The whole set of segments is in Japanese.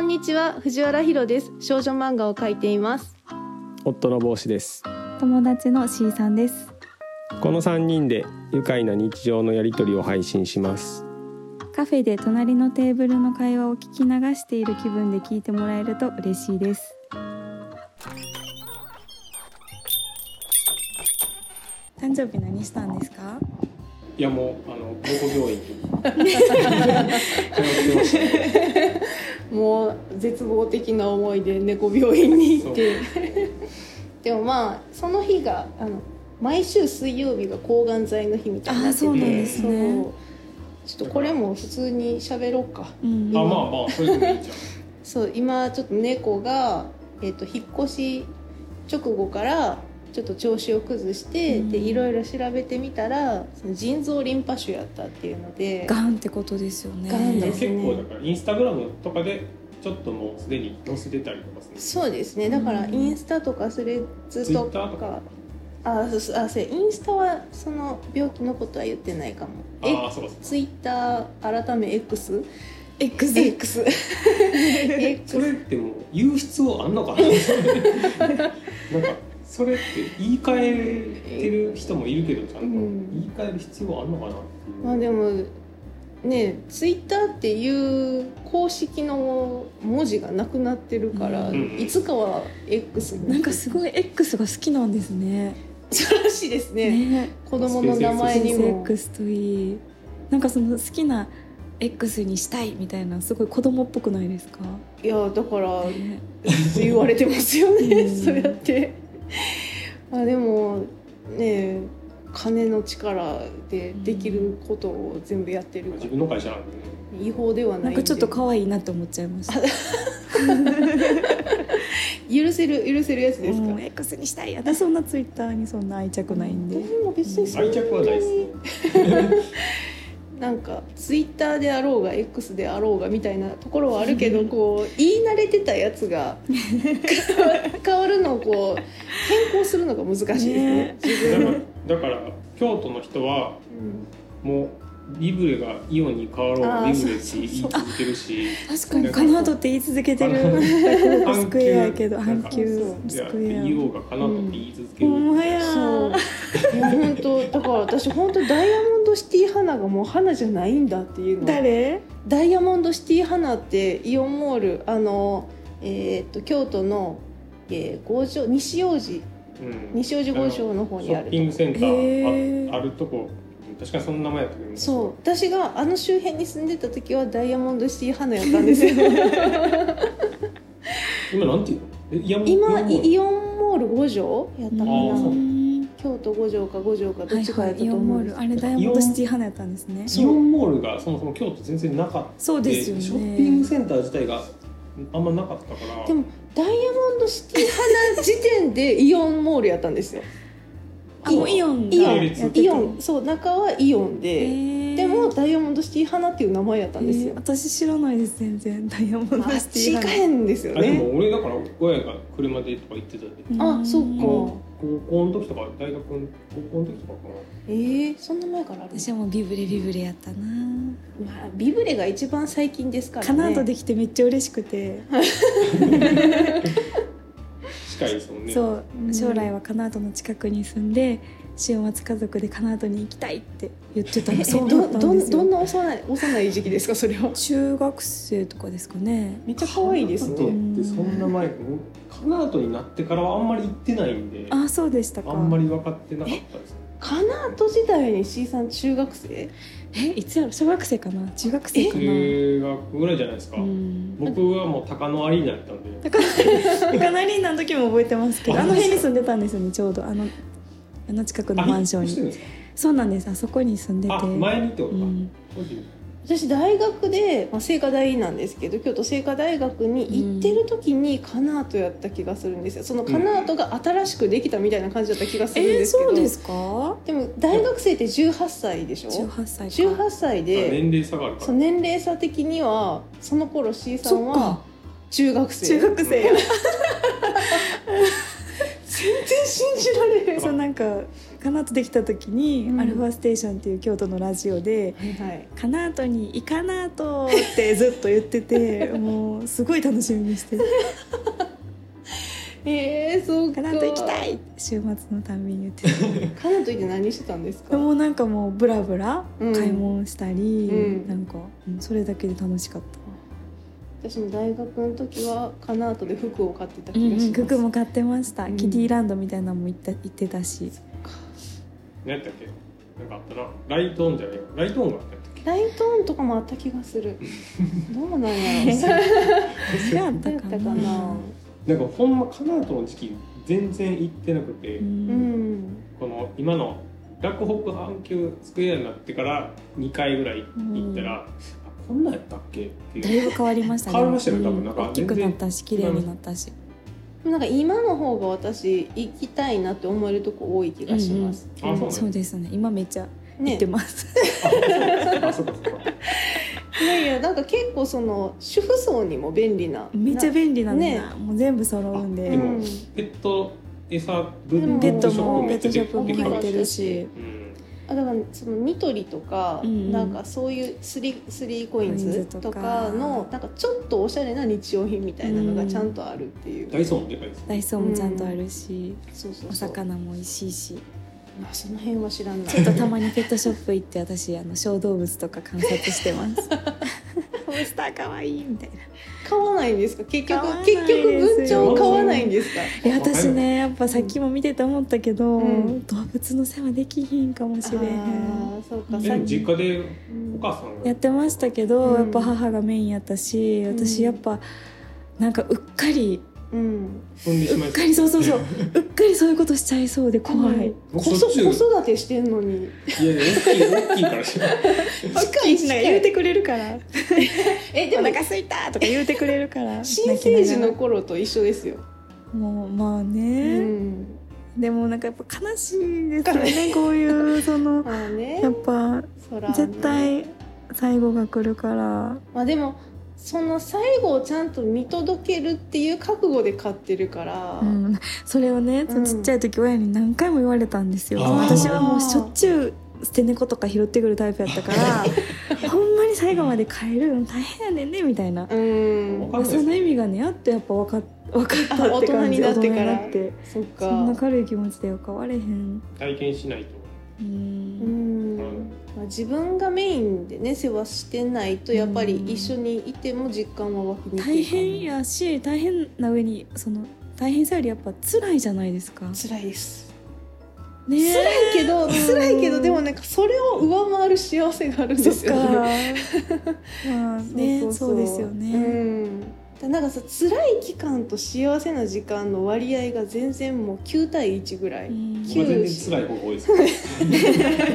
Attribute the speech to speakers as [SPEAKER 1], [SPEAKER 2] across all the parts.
[SPEAKER 1] んにちは藤原ひろです少女漫画を描いています
[SPEAKER 2] 夫の帽子です
[SPEAKER 3] 友達の C さんです
[SPEAKER 2] この3人で愉快な日常のやりとりを配信します
[SPEAKER 3] カフェで隣のテーブルの会話を聞き流している気分で聞いてもらえると嬉しいです誕生日何したんですか
[SPEAKER 2] いやもうあの高校病院通 ってまし
[SPEAKER 1] もう絶望的な思いで猫病院に行って でもまあその日があの毎週水曜日が抗がん剤の日みたいになってて
[SPEAKER 3] あーそう
[SPEAKER 2] なん
[SPEAKER 3] ですね
[SPEAKER 1] そうちょっとこれも普通に喋ろうか
[SPEAKER 3] うん
[SPEAKER 2] たあまあまあそれでもいいじゃん
[SPEAKER 1] そう今ちょっと猫が、えっと引っ越し直後からちょっと調子を崩して、
[SPEAKER 3] うん
[SPEAKER 1] でいろいろ調べてみたらその腎臓リンパ腫やったっていうので
[SPEAKER 3] ガンってことですよね
[SPEAKER 1] ガンで
[SPEAKER 2] でも
[SPEAKER 1] すね
[SPEAKER 2] 結構だからインスタグラムとかでちょっともうすでに載せてたりとかする
[SPEAKER 1] そうですねだから
[SPEAKER 3] うん
[SPEAKER 1] インスタとかスレッズと
[SPEAKER 2] Twitter
[SPEAKER 1] か
[SPEAKER 2] とか
[SPEAKER 1] あそうそうあそうやインスタはその病気のことは言ってないかもえ
[SPEAKER 2] ああそうか
[SPEAKER 1] ツイッター改め X?
[SPEAKER 3] X
[SPEAKER 1] X
[SPEAKER 2] そ
[SPEAKER 1] X
[SPEAKER 2] れってもう言う必要あんのかな なんかそれって言い換えてる人もいるけどちゃんと、
[SPEAKER 1] うん
[SPEAKER 2] 言い換える必要あんのかなっていう、
[SPEAKER 1] まあでもねツイッターっていう公式の文字がなくなってるから、
[SPEAKER 3] うん
[SPEAKER 2] うん
[SPEAKER 1] いつかは X に
[SPEAKER 3] なんかすごい X が好きなんですね
[SPEAKER 1] そうらしいですね
[SPEAKER 3] ね
[SPEAKER 1] 子供の名前にも
[SPEAKER 3] X といいなんかその好きな X にしたいみたいなすごい子供っぽくないですか、
[SPEAKER 1] いやだから
[SPEAKER 3] ね
[SPEAKER 1] 言われてますよね、
[SPEAKER 3] うん
[SPEAKER 1] そうやってまあでもね金の力でできることを全部やってるか
[SPEAKER 2] 自分の会社なんでね
[SPEAKER 1] ら違法では
[SPEAKER 3] な
[SPEAKER 1] ないん
[SPEAKER 3] ん
[SPEAKER 1] で
[SPEAKER 3] かちょっと可愛いなって思っちゃいました
[SPEAKER 1] 許せる許せるやつですか、
[SPEAKER 3] もう X にしたい私そんなツイッターにそんな愛着ないんで
[SPEAKER 1] 僕も別にそんな
[SPEAKER 2] 愛
[SPEAKER 1] に
[SPEAKER 2] 着はないですね
[SPEAKER 1] なんかツイッターであろうが X であろうがみたいなところはあるけどこう言い慣れてたやつ が変わるのをこう変更するのが難しいですね
[SPEAKER 3] ね
[SPEAKER 1] 自
[SPEAKER 2] だ
[SPEAKER 1] 分
[SPEAKER 2] からだから京都の人はもうリブレがイオンに変わろう
[SPEAKER 1] あ
[SPEAKER 2] が
[SPEAKER 1] ー
[SPEAKER 2] リブレって言い続けるし
[SPEAKER 3] 確か
[SPEAKER 2] な
[SPEAKER 3] に
[SPEAKER 2] んか
[SPEAKER 3] カナードって言い続けてる
[SPEAKER 2] カナ
[SPEAKER 3] なんかスクエアやけど
[SPEAKER 2] 阪急
[SPEAKER 3] 阪急
[SPEAKER 2] い
[SPEAKER 3] ス
[SPEAKER 2] や
[SPEAKER 3] クエア
[SPEAKER 2] 言おうがかなとって言い続け
[SPEAKER 3] ほ
[SPEAKER 2] る、
[SPEAKER 3] んまや
[SPEAKER 1] そういや本当だから私本当ダイヤモンドシティ花がもう花じゃないんだっていうの
[SPEAKER 3] 誰
[SPEAKER 1] ダイヤモンドシティ花ってイオンモールあのえーっと京都の、えー五条西大路
[SPEAKER 2] うん
[SPEAKER 1] 西大路五条の方
[SPEAKER 2] シ
[SPEAKER 1] にあ
[SPEAKER 2] ョッ
[SPEAKER 1] る
[SPEAKER 2] ピングセンタ
[SPEAKER 3] へ
[SPEAKER 2] ー
[SPEAKER 3] ー
[SPEAKER 2] ああるとこ確かにその名前やったけど
[SPEAKER 1] そう私があの周辺に住んでた時はダイヤモンドシティ花やったんですよ
[SPEAKER 2] 今なんていうのえイヤモン
[SPEAKER 1] 今
[SPEAKER 2] イヤモン
[SPEAKER 1] イイオンモール五条やったかな
[SPEAKER 2] あーそう
[SPEAKER 1] 京都五条か五条かど
[SPEAKER 3] は
[SPEAKER 1] っ
[SPEAKER 3] い
[SPEAKER 1] ちか
[SPEAKER 3] は
[SPEAKER 1] やった
[SPEAKER 3] いイ
[SPEAKER 1] と
[SPEAKER 3] オン
[SPEAKER 1] 思
[SPEAKER 3] モ
[SPEAKER 1] うん
[SPEAKER 3] ー
[SPEAKER 1] で
[SPEAKER 3] ル
[SPEAKER 1] す
[SPEAKER 3] あれダイヤモンドシティ花やったんですね
[SPEAKER 2] イオンモールがそもそも京都全然なかった
[SPEAKER 3] そうですよね
[SPEAKER 2] ショッピングセンター自体があんまなかったから
[SPEAKER 1] でもダイヤモンドシティ花時点でイオンモールやったんですよ
[SPEAKER 3] あもうイオンが
[SPEAKER 1] イオ
[SPEAKER 2] 並
[SPEAKER 1] ン
[SPEAKER 2] 列
[SPEAKER 3] やってた
[SPEAKER 1] イオンそう中はイオン
[SPEAKER 3] へ
[SPEAKER 1] で、
[SPEAKER 3] ー
[SPEAKER 1] でもダイヤモンドシティ花っていう名前やったんです
[SPEAKER 3] へ
[SPEAKER 1] よ
[SPEAKER 3] ー、私知らないです全然ダイヤモンド
[SPEAKER 1] あ っ
[SPEAKER 3] シティ
[SPEAKER 1] ち行
[SPEAKER 3] 花
[SPEAKER 1] かへんですよ
[SPEAKER 2] あで
[SPEAKER 1] ね
[SPEAKER 2] も俺だから親が車でとか行ってたんで、
[SPEAKER 3] うん
[SPEAKER 1] あそうか
[SPEAKER 2] もう高校の時とか大学の高校の時とかか
[SPEAKER 1] えー、そんな前からある
[SPEAKER 3] 私はもうビブレビブレやったな
[SPEAKER 1] まあ、ビブレが一番最近ですからね
[SPEAKER 3] カナードできてめっちゃ嬉しくて
[SPEAKER 2] な近いですもんね
[SPEAKER 3] そう、
[SPEAKER 1] うん
[SPEAKER 3] 将来はカナードの近くに住んで週末家族でカナードに行きたいって言ってた
[SPEAKER 1] え
[SPEAKER 3] のそうだったん
[SPEAKER 1] ど
[SPEAKER 3] で
[SPEAKER 1] ど
[SPEAKER 3] す
[SPEAKER 1] どん
[SPEAKER 3] よ
[SPEAKER 1] な幼い幼い時期ですかそれは
[SPEAKER 3] 中学生とかですかね
[SPEAKER 1] めっちゃ可愛いです
[SPEAKER 2] カナ
[SPEAKER 1] ね
[SPEAKER 2] ダってそんな前もうカナダとになってからはあんまり行ってないんで
[SPEAKER 3] あそうでしたか
[SPEAKER 2] あんまり分かってなかったです
[SPEAKER 1] カナート時代に C さん中学生
[SPEAKER 3] えいつやろ小学生かな中学生かな
[SPEAKER 2] 中学ぐらいじゃないですか、
[SPEAKER 3] うん
[SPEAKER 2] 僕はもう高野アリーナやったんで
[SPEAKER 3] 高梨リーナの時も覚えてますけど
[SPEAKER 2] あ
[SPEAKER 3] あの辺に住んでたんですよねちょうどあのあの近くのマンション
[SPEAKER 2] あ引っ
[SPEAKER 3] に
[SPEAKER 2] 越してるんで
[SPEAKER 3] そうなんですあそこに住んですて
[SPEAKER 2] かあ前にってこと
[SPEAKER 3] う
[SPEAKER 2] か、
[SPEAKER 3] ん、
[SPEAKER 1] 私大学で、まあ、聖火大なんですけど京都聖火大学に行ってる時にカナートやった気がするんですよそのカナートが新しくできたみたいな感じだった気がす
[SPEAKER 3] え
[SPEAKER 1] るんで
[SPEAKER 3] ー、
[SPEAKER 1] すけど、
[SPEAKER 3] そうですか
[SPEAKER 1] でも大学生って18歳でしょ
[SPEAKER 3] 18歳か
[SPEAKER 1] 18歳で
[SPEAKER 2] 年齢下があるか
[SPEAKER 1] そ
[SPEAKER 2] ら
[SPEAKER 1] う年齢差的にはその頃 C さん
[SPEAKER 3] そっ
[SPEAKER 1] は
[SPEAKER 3] か
[SPEAKER 1] 中学生
[SPEAKER 3] 中学生や
[SPEAKER 1] 全然信じられへん
[SPEAKER 3] そうなんかカナートできた時に、
[SPEAKER 1] うん
[SPEAKER 3] アルファステーションっていう京都のラジオで
[SPEAKER 1] はいはい
[SPEAKER 3] 「カナートに行かなーと」ってずっと言っ ててもうすごい楽しみにしてる
[SPEAKER 1] えー、そ
[SPEAKER 3] 「
[SPEAKER 1] う
[SPEAKER 3] カ
[SPEAKER 1] か
[SPEAKER 3] ナート行きたい!」週末のたんびに言って て
[SPEAKER 1] カナと行って何してたんですか
[SPEAKER 3] でもうなんかもうブラブラ
[SPEAKER 1] うん
[SPEAKER 3] 買い物したり、
[SPEAKER 1] うん
[SPEAKER 3] なんかうんそれだけで楽しかった。
[SPEAKER 1] 私も大学の時はカナートで服を買ってた気がします、
[SPEAKER 3] 服も買ってました、
[SPEAKER 1] うん
[SPEAKER 3] キティランドみたいなのも行った行ってたし
[SPEAKER 2] 何やったっけなんかあったなライトオンじゃないわライトオンがあったやったっ
[SPEAKER 1] ライトオンとかもあった気がす るどうなんやろう
[SPEAKER 3] 何があった
[SPEAKER 1] だっ
[SPEAKER 3] か
[SPEAKER 1] たか
[SPEAKER 3] な
[SPEAKER 1] な
[SPEAKER 2] けなんかほんまカナートの時期全然行ってなくて、
[SPEAKER 3] うん
[SPEAKER 1] うん
[SPEAKER 2] この今のラックホップ阪急スクエアになってから2回ぐらい行ったら、あこんなんやったっけって
[SPEAKER 3] だ
[SPEAKER 2] いう
[SPEAKER 3] いぶ変わりましたね
[SPEAKER 2] 変わりましたよ多分
[SPEAKER 3] うん
[SPEAKER 2] なんか
[SPEAKER 3] 大きく
[SPEAKER 2] 全
[SPEAKER 3] な
[SPEAKER 2] 然
[SPEAKER 3] ったし綺麗になったし
[SPEAKER 1] でもなんか今の方が私行きたいなって思えるとこ多い気がします、
[SPEAKER 2] うんうんあそう
[SPEAKER 3] そうですね今めっちゃ行
[SPEAKER 1] ね
[SPEAKER 3] ってます、
[SPEAKER 2] あそうかそうか
[SPEAKER 1] いやいやなんか結構その主婦層にも便利な
[SPEAKER 3] めっちゃ便利なんだ
[SPEAKER 1] ね
[SPEAKER 3] な、もう全部揃うん
[SPEAKER 2] あ
[SPEAKER 3] で
[SPEAKER 2] でも
[SPEAKER 1] うん
[SPEAKER 2] ペット餌ブ
[SPEAKER 1] でも
[SPEAKER 3] ペ
[SPEAKER 2] ペ
[SPEAKER 3] ッ
[SPEAKER 2] ッ
[SPEAKER 3] ト
[SPEAKER 2] トショッ
[SPEAKER 3] も
[SPEAKER 2] プ
[SPEAKER 3] ペ
[SPEAKER 2] め
[SPEAKER 3] ッ
[SPEAKER 2] っち
[SPEAKER 3] ト
[SPEAKER 2] ゃ
[SPEAKER 3] シ
[SPEAKER 2] で
[SPEAKER 3] ョップも
[SPEAKER 2] でかか
[SPEAKER 3] 入っ
[SPEAKER 2] ってた
[SPEAKER 3] る
[SPEAKER 2] し
[SPEAKER 3] し
[SPEAKER 2] うん
[SPEAKER 1] あだからそのニトリとか、
[SPEAKER 3] うんうん
[SPEAKER 1] なんかそういうスリスリーコイン
[SPEAKER 3] コイン
[SPEAKER 1] ズ
[SPEAKER 3] ズとか
[SPEAKER 1] とかのなんかちょっとおしゃれな日用品みたいなのがちゃんとあるっていう、
[SPEAKER 2] ダイソンもでかいです
[SPEAKER 3] ダイソーもちゃんとあるし、
[SPEAKER 1] そうそう
[SPEAKER 3] お
[SPEAKER 1] そう
[SPEAKER 3] 魚も美味しいし
[SPEAKER 1] あその辺は知らない
[SPEAKER 3] ちょっとたまにペットショップ行って私あの小動物とか観察してますハムスターかわいいみたいな
[SPEAKER 1] 買わないんですか結
[SPEAKER 3] 買わな
[SPEAKER 1] 局
[SPEAKER 3] いです
[SPEAKER 1] 結局文鳥買わないんですか
[SPEAKER 3] いや私ねやっぱさっきも見てて思ったけど、
[SPEAKER 1] うん
[SPEAKER 3] 動物の世話できひんかもしれへん
[SPEAKER 1] あーそうか
[SPEAKER 2] え
[SPEAKER 1] さっき
[SPEAKER 2] 実家で
[SPEAKER 1] うん
[SPEAKER 2] お母さんが
[SPEAKER 3] やってましたけど、
[SPEAKER 1] うん
[SPEAKER 3] やっぱ母がメインやったし私やっぱなんかうっかり
[SPEAKER 1] うん
[SPEAKER 2] 産んでしまい
[SPEAKER 3] うっ
[SPEAKER 2] そ
[SPEAKER 3] か
[SPEAKER 2] う
[SPEAKER 3] りそうそうそううっかりそういうことしちゃいそうで怖い、
[SPEAKER 1] 子
[SPEAKER 2] 僕そっち
[SPEAKER 1] 子育てしてんのに
[SPEAKER 2] いやいや大きい大きいからしない
[SPEAKER 1] 近い近い
[SPEAKER 3] 言うてくれるから
[SPEAKER 1] え
[SPEAKER 3] 「で
[SPEAKER 1] で
[SPEAKER 3] も
[SPEAKER 1] も
[SPEAKER 3] お腹すいた!」とか言うてくれるか ら
[SPEAKER 1] 新生児の
[SPEAKER 3] 泣き
[SPEAKER 1] 頃と一緒ですよ、
[SPEAKER 3] ながらもうまあ
[SPEAKER 1] う
[SPEAKER 3] ね、
[SPEAKER 1] ん、
[SPEAKER 3] でもなんかやっぱ悲しいですよねこういうそ の
[SPEAKER 1] まあね
[SPEAKER 3] やっぱ
[SPEAKER 1] そらね
[SPEAKER 3] 絶対最後が来るから
[SPEAKER 1] まあでもその最後をちゃんと見届けるっていう覚悟で買ってるから、
[SPEAKER 3] うん、それをねそのちっちゃい時親に何回も言われたんですよ、
[SPEAKER 2] あー
[SPEAKER 3] 私はもうしょっちゅう捨て猫とか拾ってくるタイプやったからほんまに最後まで帰るの大変やねんねみたいな、
[SPEAKER 1] うん
[SPEAKER 2] わかんない
[SPEAKER 3] その意味がねやっとやっぱ分かっ分かったって
[SPEAKER 1] あ大人
[SPEAKER 3] 感じ
[SPEAKER 1] になってから
[SPEAKER 3] 大人になって
[SPEAKER 1] そっか
[SPEAKER 3] そんな軽い気持ちでは変われへん
[SPEAKER 2] 体験しないと
[SPEAKER 1] う
[SPEAKER 3] う
[SPEAKER 1] んんまあ、自分がメインでね世話してないとやっぱり一緒にいても実感は湧きにく
[SPEAKER 3] 大
[SPEAKER 1] いかも
[SPEAKER 3] 変やし大変な上にその大変さよりやっぱ辛いじゃないですか
[SPEAKER 1] 辛いです
[SPEAKER 3] ね
[SPEAKER 1] 辛いけど
[SPEAKER 3] ん
[SPEAKER 1] 辛いけどでもなんかそれを上回る幸せがあるんですよね
[SPEAKER 3] まあねそうですよね、
[SPEAKER 1] うんだからなんかさ辛い期間と幸せな時間の割合が全然もう9対1ぐらい、
[SPEAKER 3] うん
[SPEAKER 2] 僕は全然辛い方が多いですから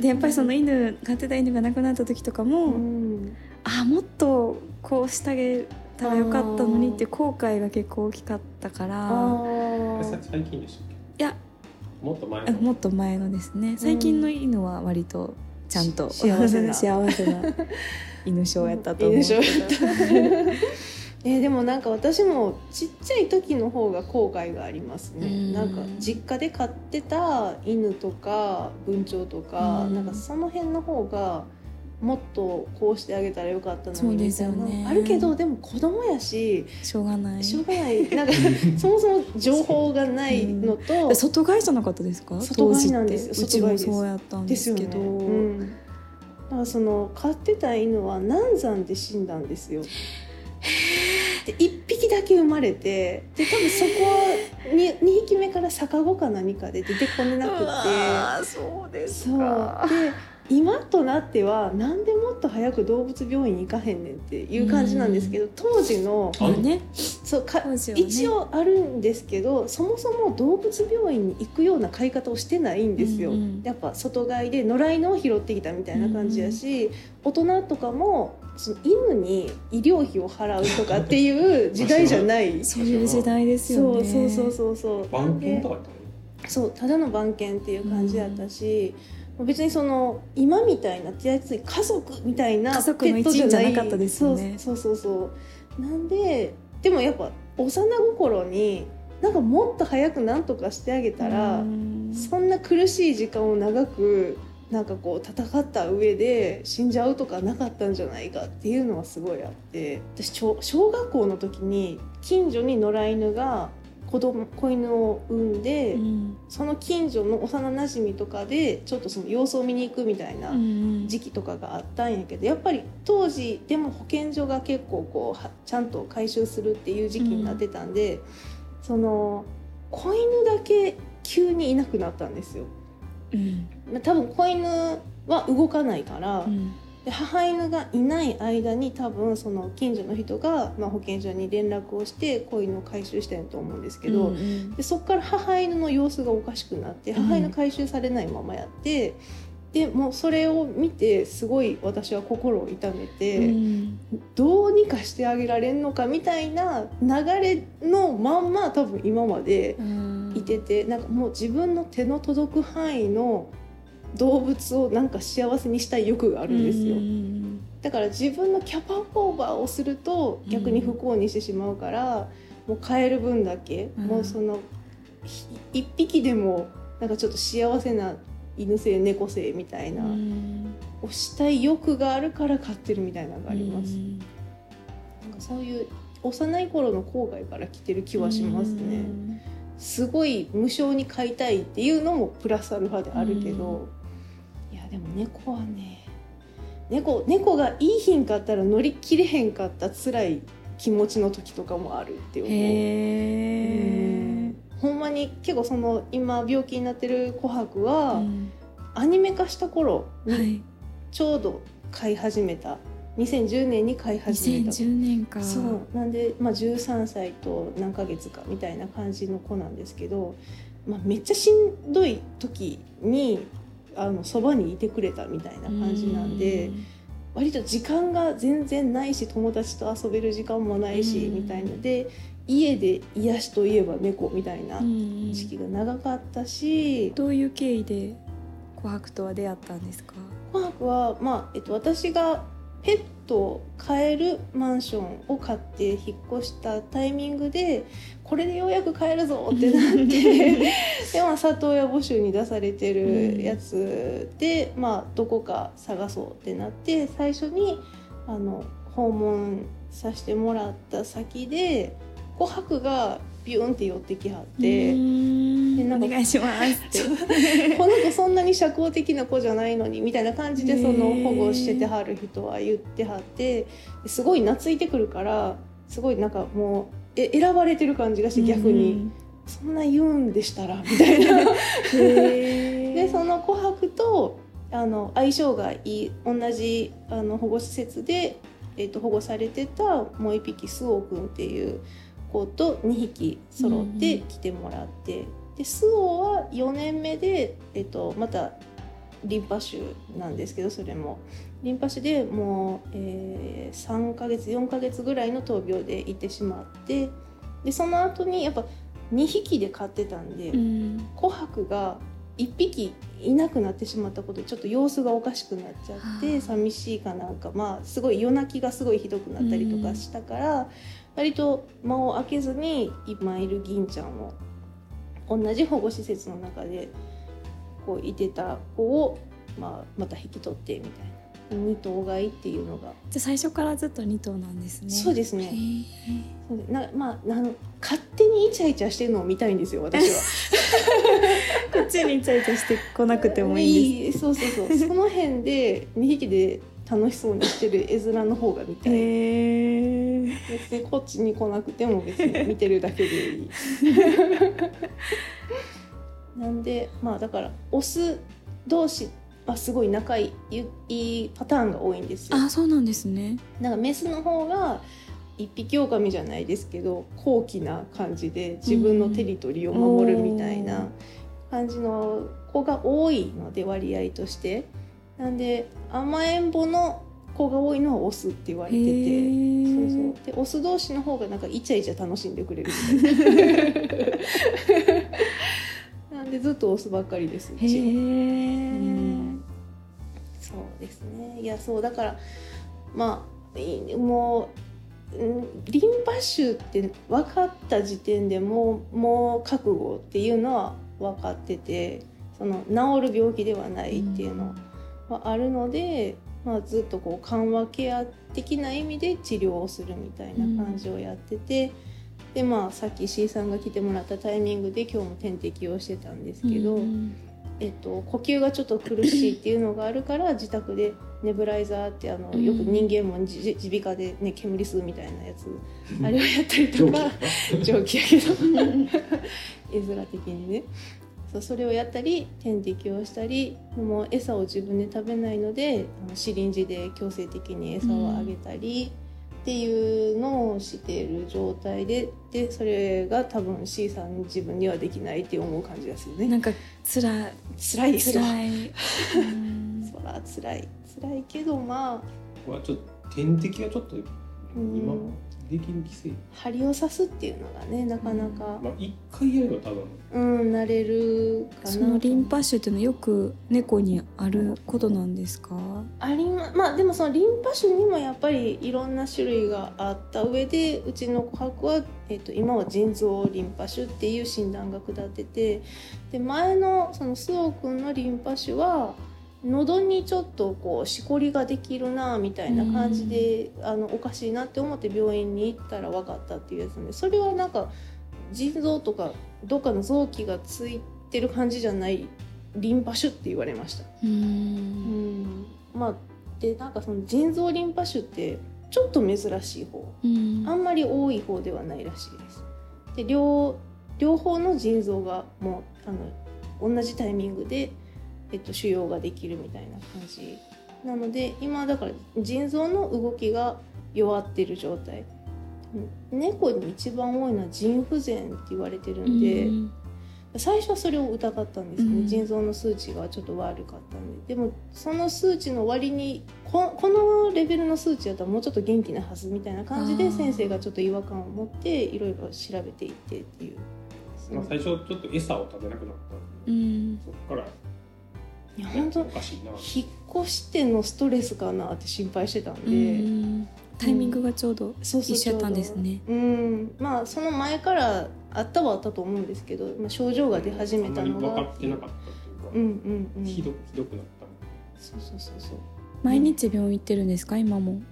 [SPEAKER 3] でやっぱりその犬飼ってた犬が亡くなった時とかも、
[SPEAKER 1] うん
[SPEAKER 3] あもっとこうしてあげたらよかったのにっていう後悔が結構大きかったからあ
[SPEAKER 1] あ
[SPEAKER 2] さ
[SPEAKER 1] ー
[SPEAKER 2] 最近でしたっけ
[SPEAKER 3] いや
[SPEAKER 2] もっと前の
[SPEAKER 3] もっと前のですね最近の犬は割とちゃんと、
[SPEAKER 1] し幸せな
[SPEAKER 3] 幸 せな犬賞やったと思う
[SPEAKER 1] 犬種をやったえでもなんか私もちっちゃい時の方が後悔がありますね、
[SPEAKER 3] うん
[SPEAKER 1] なんか実家で飼ってた犬とか文鳥とか、
[SPEAKER 3] うん
[SPEAKER 1] なんかその辺の方がもっとこうしてあげたらよかった
[SPEAKER 3] そ
[SPEAKER 1] の
[SPEAKER 3] う
[SPEAKER 1] に
[SPEAKER 3] で
[SPEAKER 1] み
[SPEAKER 3] す
[SPEAKER 1] たい
[SPEAKER 3] よね
[SPEAKER 1] な、あるけどでも子供やし
[SPEAKER 3] しょうがない
[SPEAKER 1] しょうがない なんかそもそも情報がないのと、
[SPEAKER 3] 外買いじゃなかったですか
[SPEAKER 1] 外買いなんですよ
[SPEAKER 3] 当時って
[SPEAKER 1] 外買
[SPEAKER 3] う
[SPEAKER 1] い
[SPEAKER 3] ち
[SPEAKER 1] です
[SPEAKER 3] もそうやったんで
[SPEAKER 1] です
[SPEAKER 3] す
[SPEAKER 1] よ
[SPEAKER 3] け
[SPEAKER 1] ね、
[SPEAKER 3] ど
[SPEAKER 1] うん、だからその飼ってた犬は難産で死んだんですよで1匹だけ生まれてで多分そこは 2, 2匹目から逆子か何かで出てこれなく
[SPEAKER 3] うわ
[SPEAKER 1] て
[SPEAKER 3] ーそうで
[SPEAKER 1] そうで今となってはなんでもっと早く動物病院行かへんねんっていう感じなんですけど当時の
[SPEAKER 2] あれ
[SPEAKER 3] ね
[SPEAKER 1] そうか
[SPEAKER 3] 当時はね
[SPEAKER 1] 一応あるんですけどそもそも動物病院に行くような買い方をしてないんですよ、
[SPEAKER 3] うんうん
[SPEAKER 1] やっぱ外買いで野良犬を拾ってきたみたいな感じやし、大人とかもその犬に医療費を払うとかっていう時代じゃない
[SPEAKER 3] そういう時代ですよ
[SPEAKER 1] そう
[SPEAKER 3] ね
[SPEAKER 1] そうそうそうそう
[SPEAKER 2] 番犬と
[SPEAKER 1] で
[SPEAKER 2] かやったの
[SPEAKER 1] そうただの番犬っていう感じだったし、もう別にその今みたいな手厚い家族みたいな
[SPEAKER 3] 家族の一員じゃなかったですよね
[SPEAKER 1] ペットじゃないそうそうそうそうなんででもやっぱ幼心になんかもっと早くなんとかしてあげたら、
[SPEAKER 3] うん
[SPEAKER 1] そんな苦しい時間を長くなんかこう戦った上で死んじゃうとかなかったんじゃないかっていうのはすごいあって私小小学校の時に近所に野良犬が子供子犬を産んで、
[SPEAKER 3] うん
[SPEAKER 1] その近所の幼なじみとかでちょっとその様子を見に行くみたいな
[SPEAKER 3] うん
[SPEAKER 1] 時期とかがあったんやけどやっぱり当時でも保健所が結構こうはちゃんと回収するっていう時期になってたんで、その子犬だけ急にいなくなったんですよ。
[SPEAKER 3] うん
[SPEAKER 1] まあ多分子犬は動かないから、
[SPEAKER 3] うん
[SPEAKER 1] で母犬がいない間に多分その近所の人が、まあ、保健所に連絡をして子犬を回収したんやと思うんですけど、
[SPEAKER 3] うん
[SPEAKER 1] でそこから母犬の様子がおかしくなって
[SPEAKER 3] うん
[SPEAKER 1] 母犬回収されないままやって、でもうそれを見てすごい私は心を痛めて、
[SPEAKER 3] うん
[SPEAKER 1] どうにかしてあげられんのかみたいな流れのまんま多分今まで
[SPEAKER 3] うん
[SPEAKER 1] いてて、なんかもう自分の手の届く範囲の動物をなんか幸せにしたい欲があるんですよ。
[SPEAKER 3] うん
[SPEAKER 1] だから自分のキャパオーバーをすると逆に不幸にしてしまうから、もう買える分だけ、
[SPEAKER 3] うん
[SPEAKER 1] もうそのひ一匹でもなんかちょっと幸せな犬性猫性みたいな、
[SPEAKER 3] うん
[SPEAKER 1] をしたい欲があるから飼ってるみたいなのがあります、
[SPEAKER 3] うん
[SPEAKER 1] なんかそういう幼い頃の郊外から来てる気はしますね、
[SPEAKER 3] うん
[SPEAKER 1] すごい無償に飼いたいっていうのもプラスアルファであるけど、いやでも猫はね猫猫がいいひんかったら乗り切れへんかった辛い気持ちの時とかもあるって思う。
[SPEAKER 3] へえ
[SPEAKER 1] ほんまに結構その今病気になってる琥珀は、
[SPEAKER 3] うん
[SPEAKER 1] アニメ化した頃
[SPEAKER 3] はい
[SPEAKER 1] ちょうど飼い始めた2010年に飼い始めた
[SPEAKER 3] 2010年か
[SPEAKER 1] そうなんで、まあ、13歳と何ヶ月かみたいな感じの子なんですけど、まあ、めっちゃしんどい時にあのそばにいてくれたみたいな感じなんで割と時間が全然ないし友達と遊べる時間もないし
[SPEAKER 3] うん
[SPEAKER 1] みたいので家で癒しといえば猫みたいな
[SPEAKER 3] うんうん
[SPEAKER 1] 時期が長かったし
[SPEAKER 3] どういう経緯で琥珀とは出会ったんですか
[SPEAKER 1] 琥珀は、まあえっと、私がペットを飼えるマンションを買って引っ越したタイミングでこれでようやく飼えるぞってなってで、まあ、里親募集に出されてるやつで、まあ、どこか探そうってなって最初にあの訪問させてもらった先で琥珀がビューンって寄ってきはって。でなんか
[SPEAKER 3] お願いしますって
[SPEAKER 1] この子そんなに社交的な子じゃないのにみたいな感じでその
[SPEAKER 3] へー
[SPEAKER 1] 保護しててはる人は言ってはってすごい懐いてくるからすごいなんかもうえ選ばれてる感じがして逆に、そんな言うんでしたらみたいな。
[SPEAKER 3] うんへえ
[SPEAKER 1] でその琥珀とあの相性がいい同じあの保護施設で、えっと保護されてたもう一匹スオくんっていう子と2匹揃って来てもらって、でスオは4年目で、えっとまたリンパ腫なんですけどそれもリンパ腫でもう、えー3ヶ月4ヶ月ぐらいの闘病で行ってしまってでその後にやっぱ2匹で飼ってたんで。
[SPEAKER 3] うん
[SPEAKER 1] 琥珀が1匹いなくなってしまったことでちょっと様子がおかしくなっちゃっ
[SPEAKER 3] は
[SPEAKER 1] て
[SPEAKER 3] あ
[SPEAKER 1] 寂しいかなんかまあすごい夜泣きがすごいひどくなったりとかしたから、割と間を空けずに今いる銀ちゃんを同じ保護施設の中でこういてた子を、まあ、また引き取ってみたいな。二頭飼いっていうのが、
[SPEAKER 3] じゃあ最初からずっと二頭なんですね
[SPEAKER 1] そう
[SPEAKER 3] で
[SPEAKER 1] ですねそうですなまああの勝手にイチャイチャしてるのを見たいんですよ私は
[SPEAKER 3] こっちにイチャイチャしてこなくてもいいんで
[SPEAKER 1] いいそうそうそうその辺で2匹で楽しそうにしてる絵面の方が見
[SPEAKER 3] す
[SPEAKER 1] たい、
[SPEAKER 3] へえ
[SPEAKER 1] 別にこっちに来なくても別に見てるだけでい いなんでまあだからオス同士はすごい仲いいいいパターンが多いん ですよ
[SPEAKER 3] あそうなんですね
[SPEAKER 1] なんかメスの方が一匹狼じゃないですけど高貴な感じで自分のテリトリーを守るみたい
[SPEAKER 3] うんお
[SPEAKER 1] な
[SPEAKER 3] ー
[SPEAKER 1] 感じの子が多いので割合としてなんで甘えん坊の子が多いのはオスって言われてて。そうそうでオス同士の方がなんかイチャイチャ楽しんでくれるみたいな なんでずっとオスばっかりですう
[SPEAKER 3] へ
[SPEAKER 1] ちは
[SPEAKER 3] え
[SPEAKER 1] うんそうですねいやそうだからまあいもううんリンパ腫って分かった時点でもうもう覚悟っていうのは分かっててその治る病気ではないっていうのはあるので、まあ、ずっとこう緩和ケア的な意味で治療をするみたいな感じをやってて、でまあさっき C さんが来てもらったタイミングで今日も点滴をしてたんですけど、
[SPEAKER 3] うん
[SPEAKER 1] えっと、呼吸がちょっと苦しいっていうのがある から自宅でネブライザーってあの
[SPEAKER 3] うん
[SPEAKER 1] よく人間もじじ耳鼻科で、ね、煙吸うみたいなやつあれをやったりと
[SPEAKER 2] 上
[SPEAKER 1] か
[SPEAKER 2] 気
[SPEAKER 1] 蒸気やけど絵面的にねそうそれをやったり点滴をしたりもう餌を自分で食べないのであのシリンジで強制的に餌をあげたり、っていうのをしている状態ででそれが多分 C さん自分にはできないって思う感じですよ
[SPEAKER 3] な
[SPEAKER 1] ね。
[SPEAKER 3] んか辛い
[SPEAKER 1] 辛いですよ
[SPEAKER 3] 辛い。うん
[SPEAKER 1] そら辛い辛いけどまあ
[SPEAKER 2] これはちょっと点滴はちょっと今
[SPEAKER 1] うん
[SPEAKER 2] できる規制、
[SPEAKER 1] 針を刺すっていうのがねなかなか
[SPEAKER 2] まあ、一回やれば多分
[SPEAKER 1] うん、慣れるかな
[SPEAKER 3] そのリンパ腫っていうのはよく猫にあることなんですか？
[SPEAKER 1] ありままあでもそのリンパ腫にもやっぱりいろんな種類があった上でうちの琥珀は、えっと今は腎臓リンパ腫っていう診断が下っててで前のその周防くんのリンパ腫は喉にちょっとこうしこりができるなみたいな感じで、あのおかしいなって思って病院に行ったら分かったっていうやつなんでそれはなんか腎臓とかどっかの臓器がついてる感じじゃないリンパ腫って言われました。
[SPEAKER 3] う。
[SPEAKER 1] うんんまあでなんかその腎臓リンパ腫ってちょっと珍しい方あんまり多い方ではないらしいです。で両両方の腎臓がもうあの同じタイミングで、えっと、腫瘍ができるみたいな感じなので今だから腎臓の動きが弱ってる状態うん猫に一番多いのは腎不全って言われてるんで。
[SPEAKER 3] うん
[SPEAKER 1] 最初はそれを疑ったんですね、
[SPEAKER 3] うん
[SPEAKER 1] 腎臓の数値がちょっと悪かったんででもその数値の割にここのレベルの数値だったらもうちょっと元気なはずみたいな感じ
[SPEAKER 3] あ
[SPEAKER 1] で
[SPEAKER 3] ー
[SPEAKER 1] 先生がちょっと違和感を持っていろいろ調べていってっていう
[SPEAKER 2] まあ、最初ちょっと餌を食べなくなったん
[SPEAKER 3] う
[SPEAKER 2] で、
[SPEAKER 3] ん。
[SPEAKER 2] そこから、
[SPEAKER 1] いや
[SPEAKER 2] ね
[SPEAKER 1] 本、
[SPEAKER 2] お
[SPEAKER 1] 当
[SPEAKER 2] かしいな
[SPEAKER 1] 引っ越してのストレスかなって心配してたん
[SPEAKER 3] う
[SPEAKER 1] で、
[SPEAKER 3] んタイミングがちょうど
[SPEAKER 1] そうそう
[SPEAKER 3] 一緒やったんですね。
[SPEAKER 1] うんまあその前からあったはあったと思うんですけど、まあ、症状が出始めたの
[SPEAKER 2] あんまり分
[SPEAKER 1] が
[SPEAKER 2] かってなかったっていうか、
[SPEAKER 1] うんうんうん
[SPEAKER 2] ひどくひどくなったの
[SPEAKER 1] そうそうそうそう
[SPEAKER 3] 毎日病院行ってるんですか今も？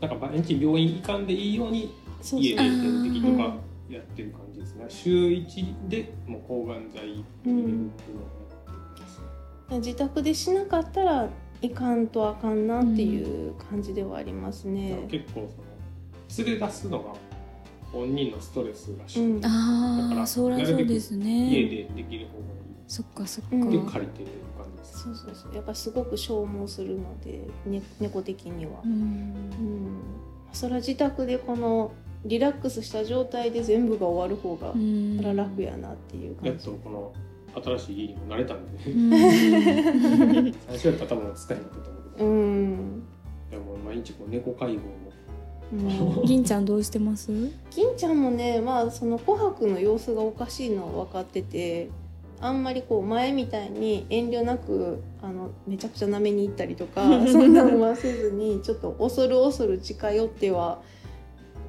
[SPEAKER 2] なんか毎日病院行かんでいいように
[SPEAKER 1] そう
[SPEAKER 2] 家で
[SPEAKER 1] そう
[SPEAKER 2] 点滴とかやってる感じですね週一でもう抗がん剤入れるっていうのをやってます、
[SPEAKER 1] 自宅でしなかったらいかんとあかんなっていう感じではありますね。
[SPEAKER 2] 結構その連れ出すのが本人のストレスらし
[SPEAKER 1] う
[SPEAKER 2] い、
[SPEAKER 1] ん
[SPEAKER 2] だか
[SPEAKER 3] ああ
[SPEAKER 2] ら
[SPEAKER 3] そりゃそうですね。
[SPEAKER 2] 家でできる方が
[SPEAKER 3] そっかそっか。
[SPEAKER 1] うん
[SPEAKER 2] いいで借りてる感じです、
[SPEAKER 1] そうそうそうやっぱすごく消耗するので、ね、猫的には
[SPEAKER 3] う。ん
[SPEAKER 1] うん、それは自宅でこのリラックスした状態で全部が終わる方が
[SPEAKER 3] うん
[SPEAKER 1] それは楽やなっていう感
[SPEAKER 2] やっ
[SPEAKER 1] じ。
[SPEAKER 2] とこの新しい家にも慣れたんで、
[SPEAKER 3] うん
[SPEAKER 2] 最初やったら多分疲れになったと思うけ
[SPEAKER 1] う
[SPEAKER 2] ど、
[SPEAKER 1] ん、
[SPEAKER 2] でも毎日こう猫介護の
[SPEAKER 1] もう
[SPEAKER 3] 銀ちゃんどうしてます？
[SPEAKER 1] 金ちゃんもねまあその琥珀の様子がおかしいのは分かっててあんまりこう前みたいに遠慮なくあのめちゃくちゃ舐めに行ったりとかそんなんはせずにちょっと恐る恐る近寄っては